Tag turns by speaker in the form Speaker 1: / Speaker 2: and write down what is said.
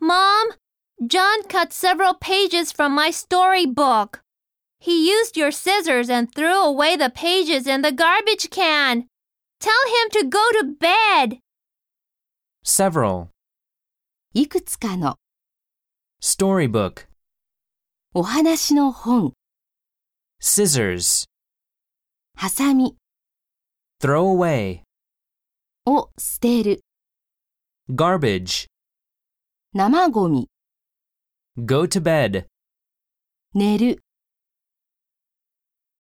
Speaker 1: Mom, John cut several pages from my storybook. He used your scissors and threw away the pages in the garbage can. Tell him to go to bed.
Speaker 2: Several.
Speaker 3: いくつかの
Speaker 2: Storybook.
Speaker 3: お話の本、
Speaker 2: Scissors.
Speaker 3: ハサミ
Speaker 2: Throw away.
Speaker 3: を捨てる、
Speaker 2: Garbage.
Speaker 3: 生ゴミ、
Speaker 2: Go to bed.
Speaker 3: 寝る。